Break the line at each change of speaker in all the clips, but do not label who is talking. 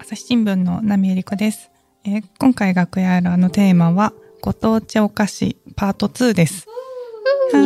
朝日新聞の波江理子です、えー今回楽屋裏のテーマはご当地お菓子パート2です。はい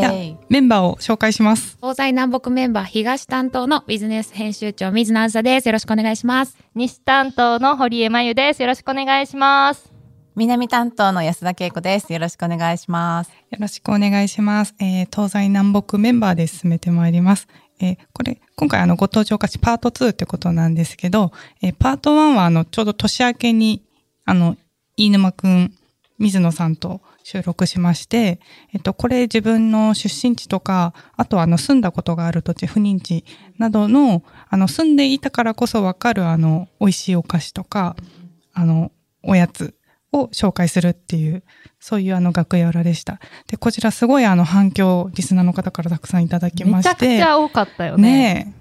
じゃあ
東
メンバーを紹介します。
西南北メンバー東担当のビジネス編集長水野あずさです。よろしくお願いします。
西担当の堀江真由です。よろしくお願いします。
南担当の安田恵子です。よろしくお願いします。
よろしくお願いします。えー東西南北メンバーで進めてまいります。えーこれ、今回あの、ご当地お菓子パート2ってことなんですけど、えーパート1はあの、ちょうど年明けに、あの、飯沼くん、水野さんと収録しまして、えっと、これ自分の出身地とか、あとはあの、住んだことがある土地、不妊地などの、あの、住んでいたからこそわかるあの、美味しいお菓子とか、あの、おやつを紹介するっていう、そういうあの、楽屋裏でした。で、こちらすごいあの、反響、リスナーの方からたくさんいただきま
めちゃ
し
く
て。
ちゃ多かったよね。
ね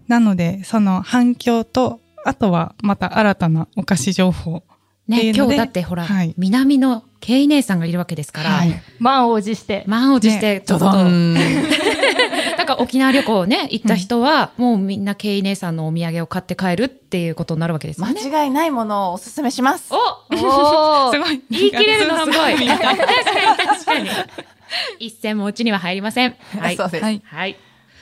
えなので、その反響と、あとはまた新たなお菓子情報。っていう
ね、
ので
今日だってほら、
はい
南のケイ姉さんがいるわけですから、
はい
満を持して。
満を持して、ちょっと、
ん。
なんか沖縄旅行ね、行った人は、もうみんなケイ姉さんのお土産を買って帰るっていうことになるわけですよね。
間違いないものをおすすめします。
お
お
す
ー
ごい。
言い切れるのすごい。
リスナー
確
の
かに確かに。 一銭もうちには入りません。はい
そ。うです。
はい
はい。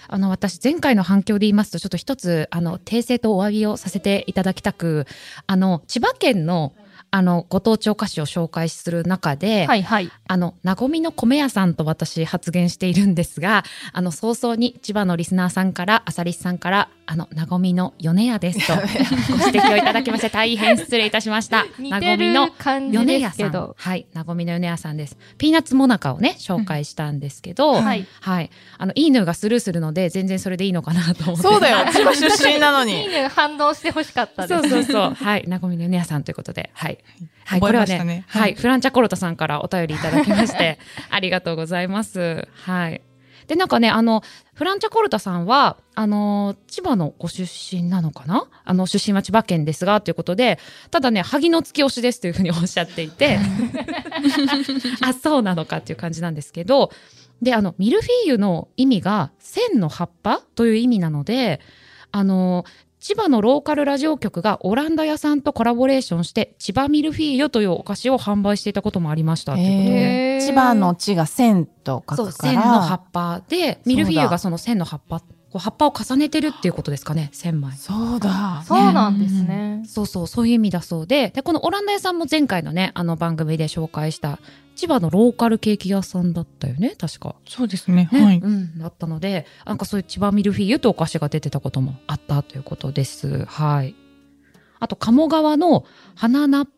あの、私、前回の反響で言いますと、ちょっと一つ、あの、訂正とお詫びをさせていただきたく、あの、千葉県の、あの、ご当地お菓子を紹介する中で、
はいはい。
あの、なごみの米屋さんと私発言しているんですが、あの、早々に千葉のリスナーさんから、あさりさんから、あの、なごみの米屋ですと、 ご指摘をいただきまして、大変失礼いたしました。
似
な
て
ごみ
る
の
感じ
米
で
屋
す
さ
け
ん
ど。。
はい。なごみの米屋さんです。ピーナッツモナカをね、紹介したんですけど、
うん
はい。
はい。あの、いいのがスルーするので、全然それでいいのかなと思って。
そうだよ。 千葉出身なの
い い
に。
ね、反応してほしかったで
そ
す。
うそうそう。はい。なごみのねやさんということで。はい。はい。こ
覚
れ
え
は
ましたね
ね、
はい
はい。フランチャコロタさんからお便りいただきまして、 ありがとうございます。はい。で、なんかね、あの、フランチャコルタさんは、あの、千葉のご出身なのかなあの、出身は千葉県ですが、ということで、ただね、萩の月推しですというふうにおっしゃっていて、 あ、そうなのかっていう感じなんですけど、で、あの、ミルフィーユの意味が、千の葉っぱという意味なので、あの、千葉のローカルラジオ局がオランダ屋さんとコラボレーションして、千葉ミルフィーユというお菓子を販売していたこともありましたということで。
へー
千葉の地が千と書
そう、
くから。
線の葉っぱで、ミルフィーユがその線の葉っぱ、こう葉っぱを重ねてるっていうことですかね、千枚。
そうだ。
そうなんですね。
そうそう、そういう意味だそうで、で、このオランダ屋さんも前回のね、あの番組で紹介した、千葉のローカルケーキ屋さんだったよね、確か。
そうですね。
ね、
はい。
うん、だったので、なんかそういう千葉ミルフィーユとお菓子が出てたこともあったということです。はい。あと、鴨川の花なっ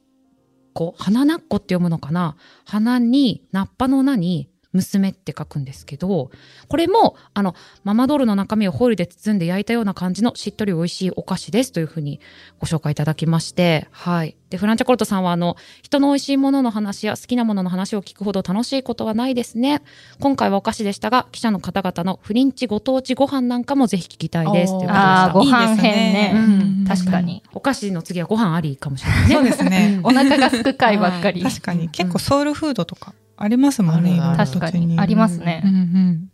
こ、花なっこって読むのかな花に、なっぱの名に、娘って書くんですけど、これも、あの、ママドールの中身をホイルで包んで焼いたような感じのしっとり美味しいお菓子ですというふうにご紹介いただきまして、はい。で、フランチャコルトさんは、あの、人の美味しいものの話や好きなものの話を聞くほど楽しいことはないですね。今回はお菓子でしたが、記者の方々のフリンチご当地ご飯なんかもぜひ聞きたいですということでした。
あーご飯編
いいです
ね。
うん
確かに。
お菓子の次はご飯ありかもしれないね。
そうですね。
お腹がすく回ば っかり。
確かに、結構ソウルフードとかありますもんね。
うん
いろんな
確
土
か
地
に。あります
うん
ね。
うん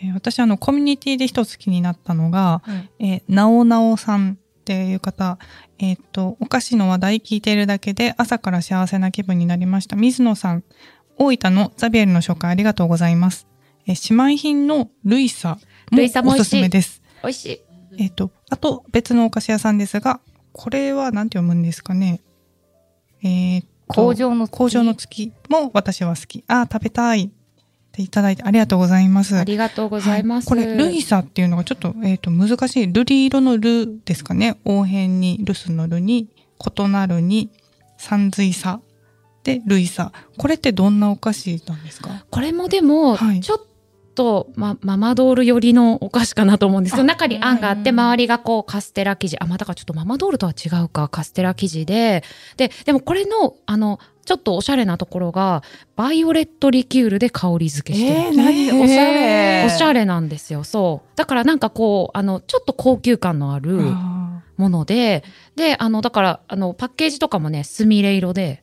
えー私、あの、コミュニティで一つ気になったのが、
うん
えーなおなおさんっていう方、えーっと、お菓子の話題聞いているだけで朝から幸せな気分になりました。水野さん、大分のザビエルの紹介ありがとうございます。えー姉妹品のルイサも
ルイサも
お
美味
す
しい
すめです。
美味しい。
えーっと、あと別のお菓子屋さんですが、これは何て読むんですかね。えーっと
工場の。
工場の。月も私は好き。ああ、食べたいっていただいてありがとうございます。
ありがとうございます。
はいこれ、ルイサっていうのがちょっと、えっ、と、難しい。瑠璃色のルですかね。応変に、ルスのルに、異なるに、三髄さ。で、ルイサ。これってどんなお菓子なんですか
これもでも、
はい
ちょっと、ま、ママドール寄りのお菓子かなと思うんですよ。中にあんがあって、
うん
周りがこうカステラ生地。あ、まあ、だからちょっとママドールとは違うか、カステラ生地で。で、でもこれの、あの、ちょっとおしゃれなところが、バイオレットリキュールで香り付けしてる。
えー、何おしゃれ。
おしゃ
れ。
れなんですよ。そう。だからなんかこう、あの、ちょっと高級感のあるもので、で、あの、だから、あの、パッケージとかもね、すみれ色で、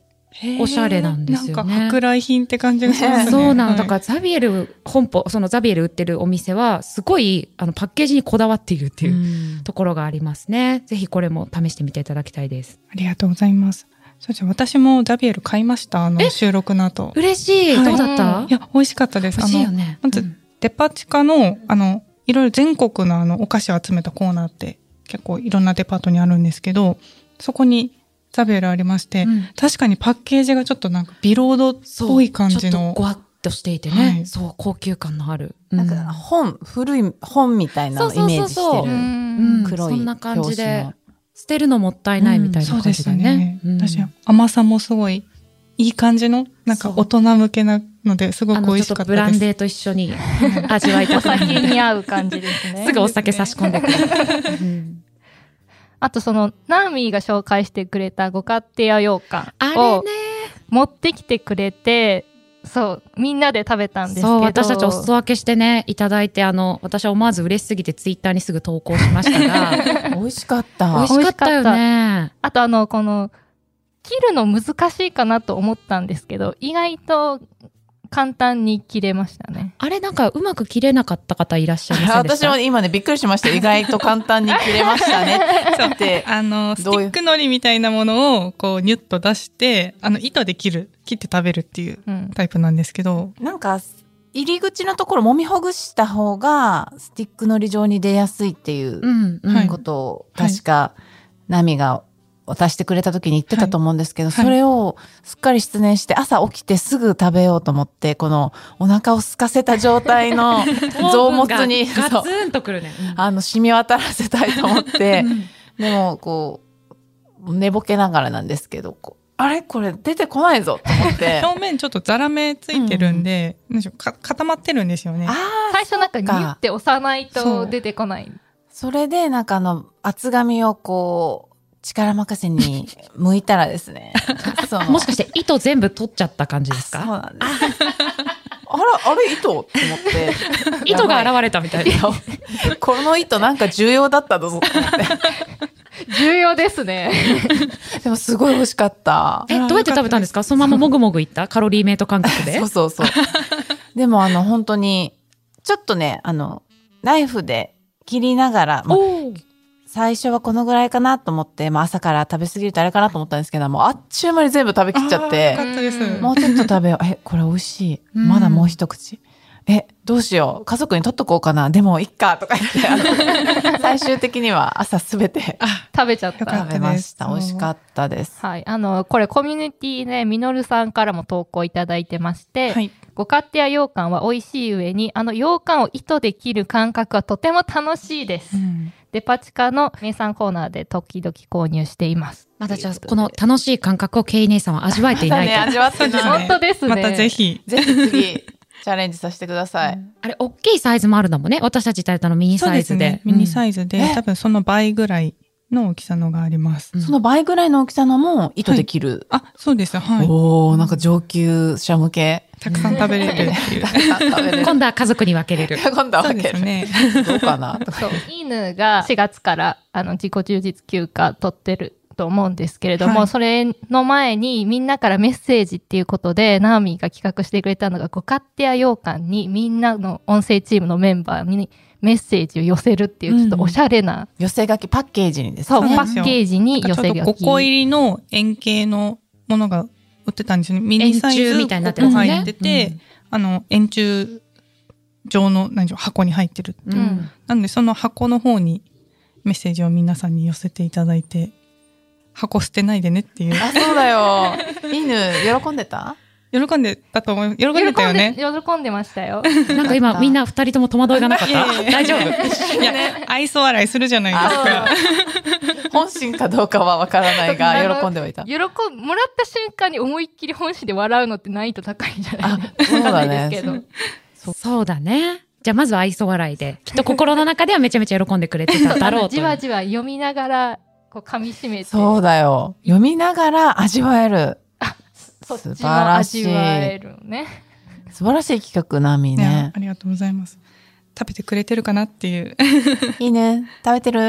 おしゃれなんですよね
なんか舶来品って感じがしますね。
そうなの。だ
は
からザビエル本舗、そのザビエル売ってるお店は、すごい、あの、パッケージにこだわっているっていう
う
ところがありますね。ぜひこれも試してみていただきたいです。
いありがとうございます。そうですね私もザビエル買いました。あの、
え
収録の後。
嬉しい、
はい
どうだった
いや、美味しかったです。
欲しいよ
あの、
ね。
まず
うん
デパ地下の、あの、いろいろ全国のあの、お菓子を集めたコーナーって、結構いろんなデパートにあるんですけど、そこにザビエルありまして、
うん
確かにパッケージがちょっとなんかビロードっ
そう
ぽい感じ
ちょっ
の
とごわっとしていてね、
はい
そう、高級感のある。
なん
う
か本、古い本みたいなのをイメージ
そう
し
そ
て
うそう
る。
うん
黒
そ
い
んな感じ
表
で
紙の
捨てるのもったいないみたい
そ
な
うで
感じ
す
だ
よ
ね
ね。。
うん
確かに甘さもすごいいい感じの、なんか大人向けなので、すご
あ
く
の、
美味
ちょ
し
っ
か
と
った
ブ
です。
ランデーと一緒に味わいた
お
くな る
酒に合う感じです ね。
すぐお酒差し込んでくる。うん
あとその、ナーミーが紹介してくれたご家庭用羊
あ
羹
れ
を
ね。
持ってきてくれて、そう、みんなで食べたんですけど。
そう、私たちお裾分けしてね、いただいて、あの、私は思わず嬉しすぎてツイッターにすぐ投稿しましたが、
美味しかった。
美味しかったよね。
あとあの、この、切るの難しいかなと思ったんですけど、意外と簡単に切れましたね。
あれなんかうまく切れなかった方いらっしゃいませんでし
私
た
も今ね、びっくりしました。意外と簡単に切れました ね。って。
あの、ステ
どういう
ィックのりみたいなものを、こう、ニュッと出して、あの、糸で切る、切って食べるっていう
うん。
タイプなんですけど、
なんか、入り口のところ揉みほぐした方が、スティックのり状に出やすいっていう
うん、うん。
はい
ことを、
はい
確か、ナミが渡してくれた時に言ってたと思うんですけど、
はい
それをすっかり失念して、朝起きてすぐ食べようと思って、このお腹を空かせた状態 の臓物に、
ガ
そう
ツンとくるね。うん
あの、染み渡らせたいと思って、
うん
でも、こう、寝ぼけながらなんですけど、こうあれこれ出てこないぞと思 って。
表面ちょっとザラメついてるんで、なんでしょうか固まってるんですよね。
ああ、
最初なんか
そっ
ギ
か
ュッて押さない
そ
と
う
出てこない。
それで、なんかあの、厚紙をこう、力任せ に剥いたらですね。その
もしかして糸全部取っちゃった感じです
そう
か
なんです。あら、あれ糸と思って。
糸が現れたみたいな。
れこの糸なんか重要だったぞと思っ
重要ですね。
て。でもすごい美味しかった。
え、どうやって食べたんですかそのままもぐもぐいったカロリーメイト感覚で
そ。うそうそう。でもあの、本当に、ちょっとね、あの、ナイフで切りながら、まあ
おー
最初はこのぐらいかなと思って、まあ朝から食べ過ぎるとあれかなと思ったんですけど、もうあっちゅう間に全部食べきっちゃ
あ
っ
ーよ
て、
かったです。
うん
もうちょっと食べよう。え、これ美味しい。
うん
まだもう一口。え、どうしよう。家族に取っとこうかな。でも、いっか、とか言ってあの、最終的には朝すべて
食べちゃっ。
よかった
食べました。
そう
美味しかったです。
はい。あの、これコミュニティで、みのるさんからも投稿いただいてまして、
はい。
ご家庭羊羹は美味しい上に、あの羊羹を糸で切る感覚はとても楽しいです。
うん
デパ地下の名産コーナーで時々購入しています。
まだじゃあ、
という
この楽しい感覚をケイ姉さんは味わえてい
まだ
な
ね、
いと。
味わって
そうです
な
ね。
い。
本当ですね
またぜひ。
ぜひ次、チャレンジさせてください。
あれ、大きいサイズもあるんだもんね。私たちいただいたのミニ
そう
サイ
です
ズで
ね。。ミニ
イ
サイズで、
え
多分その倍ぐらいの大きさのがあります。
うん
その倍ぐらいの大きさのも糸で切る。
あ、そうです。はい。
おー、なんか上級者向け。
たくさん食べれるっていう。
食 べれる
今度は家族に分けれる。
今度は
そう
分
です
ける。
ね。
どうかな
そう、犬が4月からあの自己充実休暇取ってると思うんですけれども、
はい
それの前にみんなからメッセージっていうことで、ナーミーが企画してくれたのが、ご家庭羊羹にみんなの音声チームのメンバーにメッセージを寄せるっていう、ちょっとおしゃれな、
寄せ書きパッケージにです
そ
そ
う、
う
パ
なんです
ッ
よ
ケージに
ちょ
寄
っと
せ書
5
き。
個入りの円形のものが売ってたんですよね。ミニサイズ
円柱みたいになってます
ね
ここ入ってて、あの、円柱状の、何でしょう、箱に入ってる。
うん
うん
なんで、その箱の方にメッセージを皆さんに寄せていただいて、箱捨てないでねっていう。
あ、そうだよ。犬、喜んでた
喜んでたと思います。喜んでたよね。
喜んで喜んでましたよ。
なんか今、みんな二人とも戸惑いがなかっ
いやい
た。
やいや
大丈夫
いや、愛想笑いするじゃないですか。
本心かどうかは分からないが、喜んではいた。
喜ぶ、もらった瞬間に思いっきり本心で笑うのって難易度高いんじゃない
あ、そうだ
です
ね
け。ど。
そうだね。じゃあ、まずは愛想笑いで。きっと心の中ではめちゃめちゃ喜んでくれてただろうとい
じ
う。
わじわ読みながら、こう噛み締めて。
そうだよ。読みながら味わえる。
そっちも
素晴らしい
味わえるね。
素晴らしい企画、ナミ
ね
ね、。
ありがとうございます。食べてくれてるかなっていう。
犬、食べてる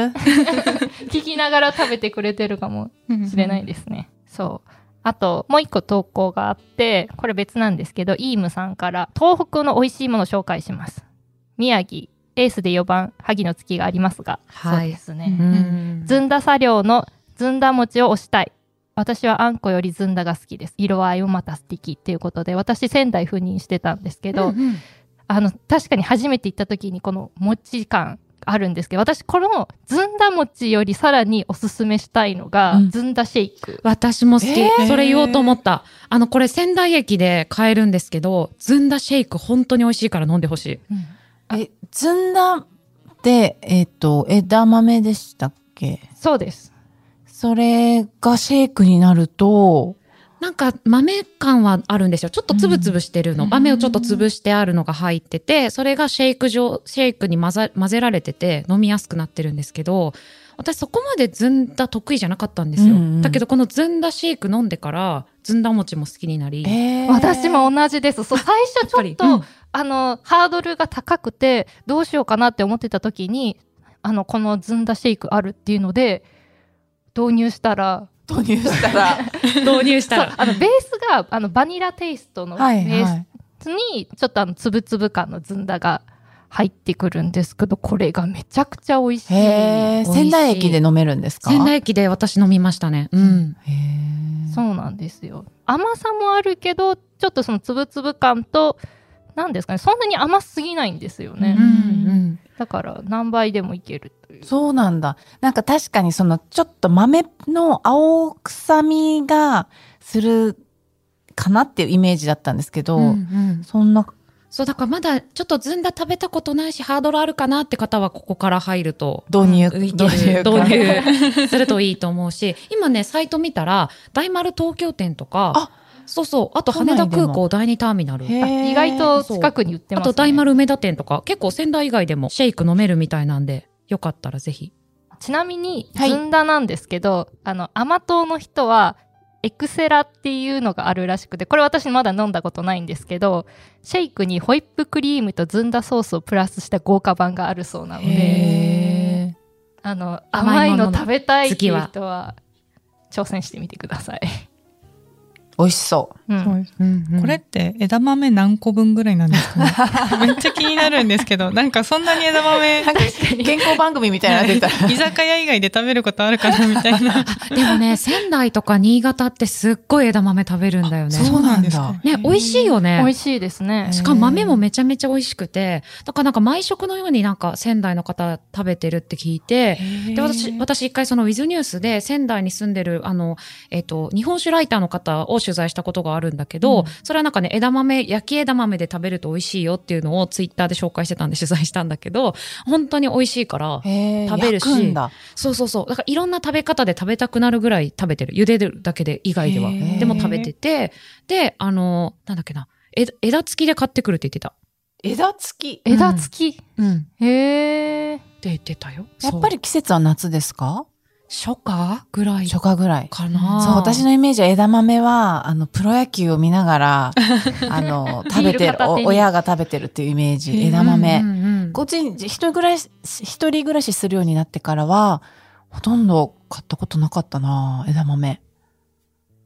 聞きながら食べてくれてるかもしれないですね。そう。あと、もう一個投稿があって、これ別なんですけど、イームさんから、東北の美味しいもの紹介します。宮城、エースで4番、萩の月がありますが、
はい
そうですね。
うん
うん
ずんだ作業のずんだ餅を推したい。私はあんこよりずんだが好きです。色合いもまた素敵っていうことで、私仙台赴任してたんですけど、
うんうん
あの、確かに初めて行った時にこの餅感あるんですけど、私このずんだ餅よりさらにおすすめしたいのが、
うん
ずんだシェイク。
私も好き、
えー
それ言おうと思った。あの、これ仙台駅で買えるんですけど、ずんだシェイク本当に美味しいから飲んでほしい。
え、ずんだって、えっ、と、枝豆でしたっけ
そうです。
それがシェイクになると、
なんか豆感はあるんですよ。ちょっとつぶつぶしてるの。
うん
豆をちょっとつぶしてあるのが入ってて、それがシェイク状、シェイクに混ざ混ぜられてて飲みやすくなってるんですけど、私そこまでずんだ得意じゃなかったんですよ。
うんうん
だけどこのずんだシェイク飲んでから、ずんだ餅も好きになり。
えー
私も同じです。そう、最初ちょっと、
うん
あの、ハードルが高くて、どうしようかなって思ってた時に、あの、このずんだシェイクあるっていうので、導入したら、
導入したら、
導入し
そ
た
う
ら。
あの、ベースが、あの、バニラテイストのベ
はいは
ー
い。
スに、ちょっとあの、つぶつぶ感のずんだが入ってくるんですけど、これがめちゃくちゃ美味しい。
へえ、
美味しい
仙台駅で飲めるんですか
仙台駅で私飲みましたね。うん。
へー
そうなんですよ。甘さもあるけど、ちょっとそのつぶつぶ感と、なんですかね、そんなに甘すぎないんですよね。
うんうん。
だから、何倍でもいけるという。
そうなんだ。なんか確かにそのちょっと豆の青臭みがするかなっていうイメージだったんですけど、
うんうん
そんな、
そう、だからまだちょっとずんだ食べたことないし、ハードルあるかなって方はここから入ると。
導入
うんいけ
導入
る
か
導入するといいと思うし、今ね、サイト見たら、大丸東京店とか、
あ
そうそう、あと
都
羽
内で
田
も
空港第二ターミナル。
へー
意外と近くに売って
あ
ます、ね。
と大丸梅田店とか、結構仙台以外でもシェイク飲めるみたいなんで、よかったらぜひ。
ちなみに、
はい
ずんだなんですけど、あの、甘党の人は、エクセラっていうのがあるらしくて、これ私まだ飲んだことないんですけど、シェイクにホイップクリームとずんだソースをプラスした豪華版があるそうなので、
へ
あの、
甘
甘
い
い
もの
の食べたいっていう
好き
人は、挑戦してみてください。
ー美味しそう。
うん
そうですこれっ
こ
て枝豆何個分ぐらいなんですかねめっちゃ気になるんですけど、なんかそんなに枝豆、
健康番組みたいなの出た。
居酒屋以外で食べることあるかなみたいな。
れ、でもね、仙台とか新潟ってすっごい枝豆食べるんだよね。
そうなんだ
ね、美味しいよね。
美味しいですね。
しかも豆もめちゃめちゃ美味しくて、だからなんか毎食のようになんか仙台の方食べてるって聞いて、で、私、私一回そのウィズニュースで仙台に住んでる、あの、えっ、と、日本酒ライターの方を取材したことがあるんだけど、
うん
それはなんかね、枝豆、焼き枝豆で食べると美味しいよっていうのをツイッターで紹介してたんで取材したんだけど、本当に美味しいから、
へー
食べるし
焼くんだ。
そうそうそう、だからいろんな食べ方で食べたくなるぐらい食べてる。茹でるだけで以外では
へ。
ー
でも食べてて、で、あの、なんだっけな、枝枝付きで買ってくるって言ってた。
枝付き。
うん
枝付き。
うん。
へえ。
って言ってたよ。
やっぱり季節は夏ですか
そう初夏ぐらい
初夏ぐらい。
かな。
そう、私のイメージは枝豆は、あの、プロ野球を見ながら、あの、食べて
ビール
る、
片手に
お親が食べてるっていうイメー
う
ジ、
ん
枝
うん
豆。
うんうん
こっちに一人暮らし、一人暮らしするようになってからは、ほとんど買ったことなかったな枝豆。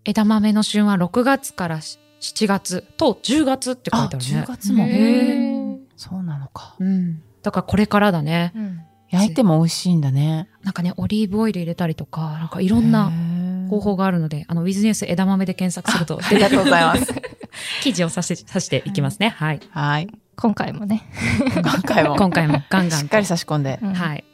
枝豆の旬は6月からし7月と10月って書い
あ、
てあるね
10。月も。
へー
そうなのか。
うん。だからこれからだね。
うん
焼いても美味しいんだね。
なんかね、オリーブオイル入れたりとか、なんかいろ
こ
んな方。法があるので、あの、ウィズニュース枝豆で検索すると、
ありがとうございます。
記事をさして、さしていきますね。はい。
はい。
今回もね。
今回も。
今回もガンガンと。
しっかり差し込んで。
うん
はい。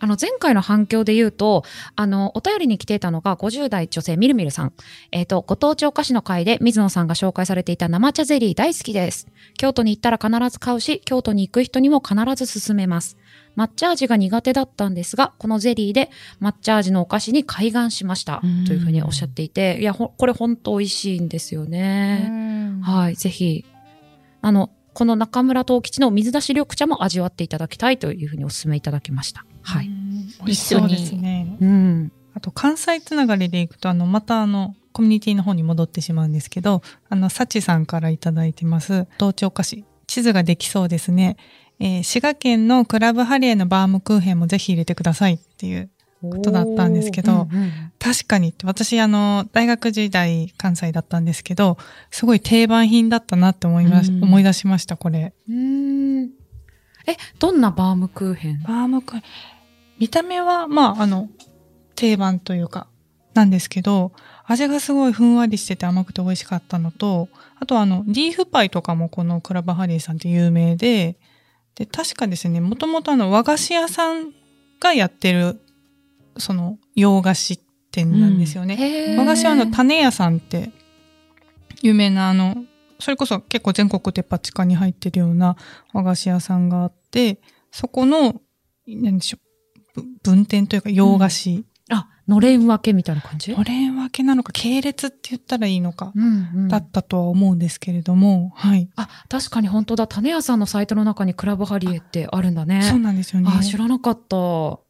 あの、前回の反響で言うと、あの、お便りに来ていたのが50代女性みるみるさん。えっ、と、ご当地お菓子の会で水野さんが紹介されていた生茶ゼリー大好きです。京都に行ったら必ず買うし、京都に行く人にも必ず勧めます。抹茶味が苦手だったんですが、このゼリーで抹茶味のお菓子に開眼しました。
うん
というふうにおっしゃっていて、いや、ほこれ本当美味しいんですよ
う
ね。
ん
はい、ぜひ、あの、この中村藤吉の水出し緑茶も味わっていただきたいというふうにお勧めいただきました。はい。。
一緒に
そうですね。
うん。
あと関西つながりでいくと、あの、またあの、コミュニティの方に戻ってしまうんですけど、あの、サチさんからいただいてます。同調菓子。地図ができそうですね。えー滋賀県のクラブハリエのバームクーヘンもぜひ入れてくださいっていうことだったんですけど、確かにって私あの大学時代関西だったんですけどすごい定番品だったなって思います、
うん
思い出しましたこれ
うんうんえどんなバームクーヘン
バームクーヘン見た目はまああの定番というかなんですけど味がすごいふんわりしてて甘くて美味しかったのとあとあのリーフパイとかもこのクラブハリーさんって有名でで確かですねもともとあの和菓子屋さんがやってるその洋菓子店なんですよね、
へー
和菓子はあの種屋さんって有名なあのそれこそ結構全国デパ地下に入ってるような和菓子屋さんがあってそこの何でしょうぶ分店というか洋菓子、
あのれん分けみたいな感じ
のれん分けなのか系列って言ったらいいのか、
うんうん
だったとは思うんですけれどもはい、
あ確かに本当だ種屋さんのサイトの中にクラブハリエってあるんだね
そうなんですよね
あ知らなかった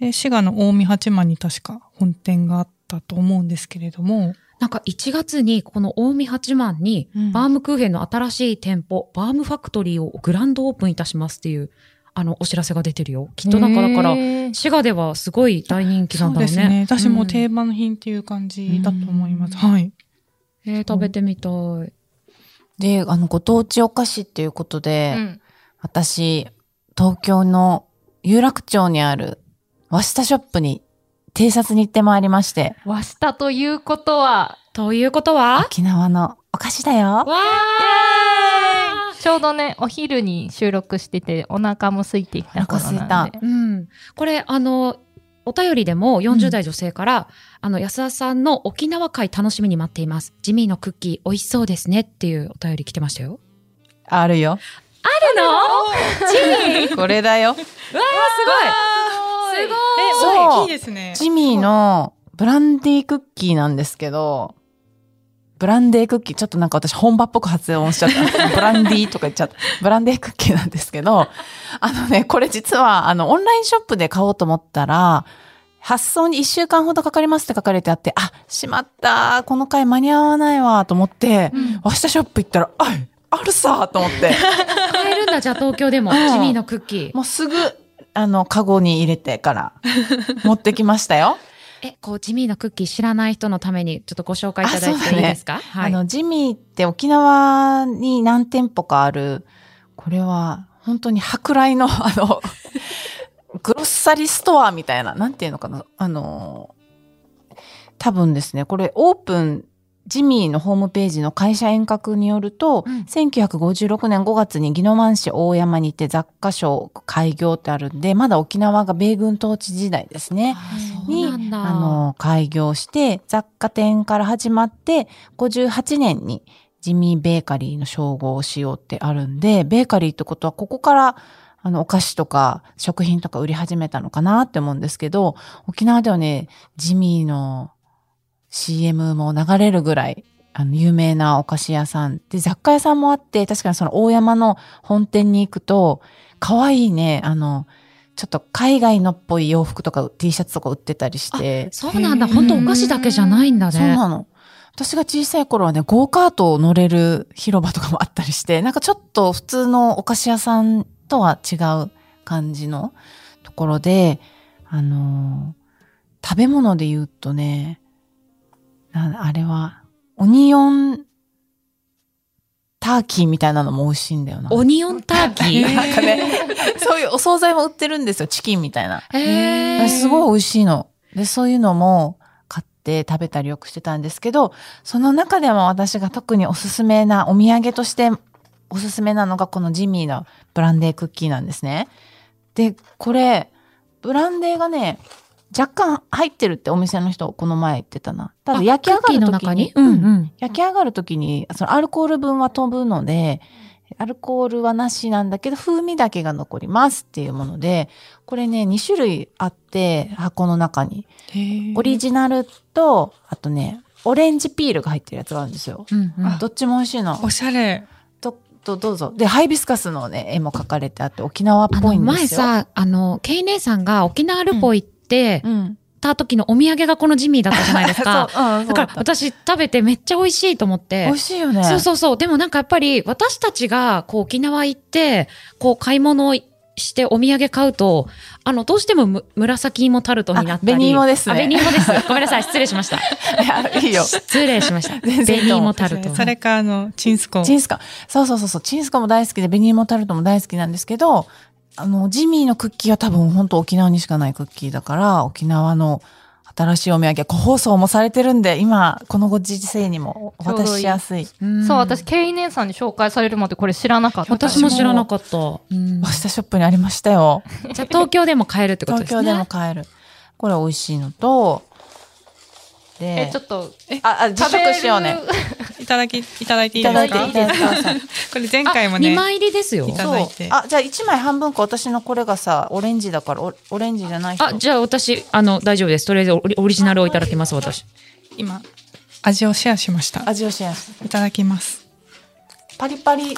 で滋賀の近江八幡に確か本店があったと思うんですけれども
なんか1月にこの近江八幡に
うん
バームクーヘンの新しい店舗、バームファクトリーをグランドオープンいたしますっていうあのお知らせが出てるよきっとなんかだから
へー
滋賀ではすごい大人気なんだろうね
そうですね私も定
うん
番品っていう感じだと思います、
うん
はい
えー食べてみたい、
で、あの、ご当地お菓子っていうことで、
うん
私、東京の有楽町にある和下ショップに偵察に行ってまいりまして、
和下ということは、
ということは
沖縄のお菓子だよ。
わー
ちょうどね、お昼に収録してて、お腹も空いてきた頃
お腹
な
空
んで。
うん、これあのお便りでも40代女性から、あの安田さんの沖縄会楽しみに待っています地味のクッキー美味しそうですねっていうお便り来てましたよ
あるよ。
あるの
これだよ。
わあすごいすごい
そ
い
う
いですね
ジミーのブランデークッキーなんですけど、ブランデークッキー、ちょっとなんか私本場っぽく発音しちゃった。ブランディーとか言っちゃった。ブランデークッキーなんですけど、あのね、これ実はあのオンラインショップで買おうと思ったら、発送に1週間ほどかかりますって書かれてあって、あ、しまった、この回間に合わないわ、と思って、
うん
明日ショップ行ったら、あい、あるさ、と思って、
買えるんだじゃあ東京でも
うん
地味のクッキー
もうすぐ、あの、カゴに入れてから、持ってきましたよ。
えこう地味のクッキー知らない人のためにちょっとご紹介いただい
あそ
て
うだ
いい
ね
ですか、は
あ
い
の、ジミーって沖縄に何店舗かある、これは本当に舶来の、あ の、グロッサリストアみたいな、なんていうのかな、あの、多分ですね、これオープン、ジミーのホームページの会社遠隔によると、
うん
1956年5月に宜野湾市大山にて雑貨商開業ってあるんで、まだ沖縄が米軍統治時代ですね。
あそう
に
なんだ
あの、開業して、雑貨店から始まって、58年にジミーベーカリーの称号をしようってあるんで、ベーカリーってことはここから、あの、お菓子とか食品とか売り始めたのかなって思うんですけど、沖縄ではね、ジミーの CM も流れるぐらい、あの、有名なお菓子屋さんで、雑貨屋さんもあって、確かにその大山の本店に行くと、可愛いね、あの、ちょっと海外のっぽい洋服とか T シャツとか売ってたりして。
そうなんだ本当お菓子だけじゃないんだね
そうなの。私が小さい頃はね、ゴーカートを乗れる広場とかもあったりして、 なんかちょっと普通のお菓子屋さんとは違う感じのところで、あのー食べ物で言うとね、なあれは、オニオンターキーみたいなのも美味しいんだよな。
オニオンターキー
なんかね、そういうお惣菜も売ってるんですよ、チキンみたいな。
へー
すごい美味しいの。で、そういうのも買って食べたりよくしてたんですけど、その中でも私が特におすすめなお土産としておすすめなのがこのジミーのブランデークッキーなんですね。で、これ、ブランデーがね、若干入ってるってお店の人、この前言ってたな。ただ
あ
焼き上がる
クッキーの
時
中
に
に、
うん
うん
焼き上がる時に、そのアルコール分は飛ぶので、アルコールはなしなんだけど、風味だけが残りますっていうもので、これね、2種類あって、箱の中に。オリジナルと、あとね、オレンジピールが入ってるやつがあるんですよ。
うんうん
あ
どっちも美味しいの。
おしゃれ
と、と、どうぞ。で、ハイビスカスのね、絵も描かれてあって、沖縄っ
あ
ぽ
の
いんで
前
すよ。
さ、あの、ケイネさんが沖縄旅行行って、
うん。。
た時のお土産がこのジミーだったじゃないですか
そう、うん、そ
だ
うだ
から
った。
私食べてめっちゃ美味しいと思って。
美味しいよね。
そうそうそう。でもなんかやっぱり私たちがこう沖縄行って、こう買い物をしてお土産買うと、あの、どうしてもむ紫芋タルトになったり。
あ紅芋ですね
あ紅芋です。ごめんなさい。失礼しまし た。
いやいい よ。
失礼しました。
全然いい
紅
と思
芋
う
タルト。
それか、あの、チンスコ。
チンスカ。そうそうそうそう。チンスカも大好きで、ベニーモタルトも大好きなんですけど、あの、ジミーのクッキーは多分本当沖縄にしかないクッキーだから、沖縄の新しいお土産、個包装もされてるんで、今、このご時世にもお渡ししやすい。
うん
そう、私、ケイネンさんに紹介されるまでこれ知らなかった。
私も知らなかった。うん
パスタショップにありましたよ。
じゃあ東京でも買えるってことで
東
すね。
京でも買える。これ美味しいのと、で、
え、ちょっと、
あ、あ、自食しようね。
いただき、いただいてい
い
いで
た
す
だ
か
いていいですか
これ前回も
あ
ね
二、枚入りですよ
い。た
そ
だ
う
いて。
あ、じゃあ1枚半分か、私のこれがさ、オレンジだから、オオレンジじゃない人。
あ、じゃあ私、あの、大丈夫です。とりあえずオリオリジナルをいただきます、私。
今、味をシェアしました。
味をシェアして。
いただきます。
パリパリ。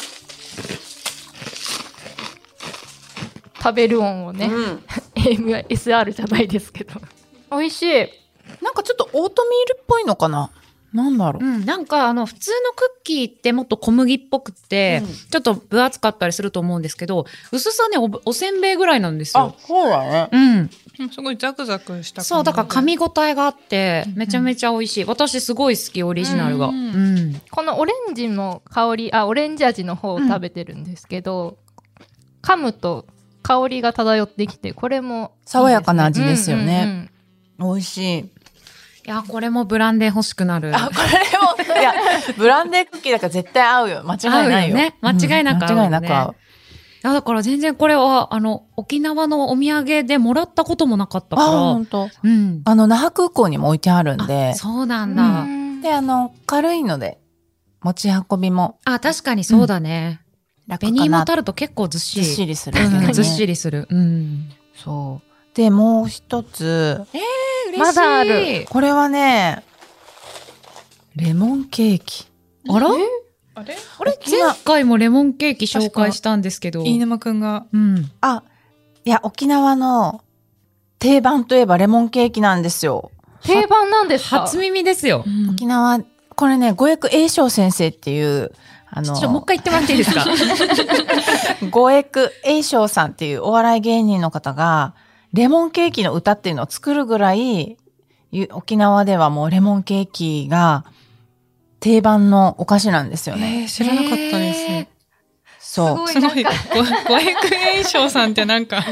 食べる音をね、
うん、
SR じゃないですけど。美味しい。
なんかちょっとオートミールっぽいのかななんだろう
う、ん、なんかあの普通のクッキーってもっと小麦っぽくて、
うん
ちょっと分厚かったりすると思うんですけど薄さねおおせんべいぐらいなんですよ。
そうだね
うん、
すごいザクザクした
そうだから噛み応えがあって
うん
めちゃめちゃ美味しい私すごい好きオリジナルが、う
うんん
このオレンジの香り、あ、オレンジ味の方を食べてるんですけど、噛むと香りが漂ってきて、これもいいですね、
爽やかな味ですよ
うん
ね、
うんうん
美味しい
いやこれもブランデー欲しくなる
あこれもいや ブランデークッキーだから絶対合うよ間違いないよ
合うよね間違いなく合うよね
ん間違いなく合う
いやだから全然これはあの沖縄のお土産でもらったこともなかった
あ
か
本当
らうん
あの那覇空港にも置いてあるんで
あそうなんだ、
うん
であの軽いので持ち運びも
あ確かにそうだね、
楽
ベ
か
ニーモ
な
タルト結構ずっし
ずっしり
り
する
うんずっし
り
りする。うん。
そうでもう一つ
しい
まだある。
これはねレモンケーキ
あら
あれ
これ
前回もレモンケーキ紹介したんですけど。
飯沼くんが、
うん。
あ、いや、沖縄の定番といえばレモンケーキなんですよ。
定番なんですか
初耳ですよ。
沖縄、これね、五役栄翔先生っていう、あ
ちょっともう
の
一、回言ってもらっていいですか
五役栄翔さんっていうお笑い芸人の方が、レモンケーキの歌っていうのを作るぐらい、ゆ沖縄ではもうレモンケーキが定番のお菓子なんですよね。
えー、知らなかったです。
へ
そう。
す
す
ご
ご
い
い、
なんか
ご、ご役演唱さんってなんか、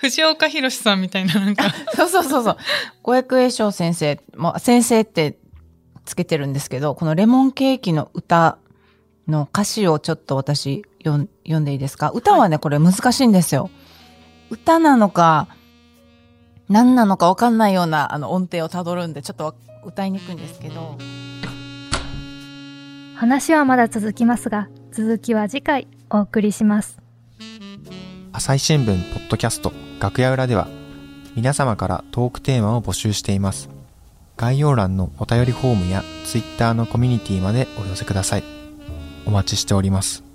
藤岡弘さんみたいななんか、
そうそうそうそう。五役栄翔先生、まあ、先生ってつけてるんですけど、このレモンケーキの歌の歌詞をちょっと私読ん読んでいいですか歌はね、これ難しいんですよ。歌なのか、何なのかわかんないようなあの音程をたどるんで、ちょっとわ歌いにくいんですけど。
話はまだ続きますが続きは次回お送りします
朝日新聞ポッドキャスト楽屋裏では皆様からトークテーマを募集しています概要欄のお便りフォームや Twitter のコミュニティまでお寄せくださいお待ちしております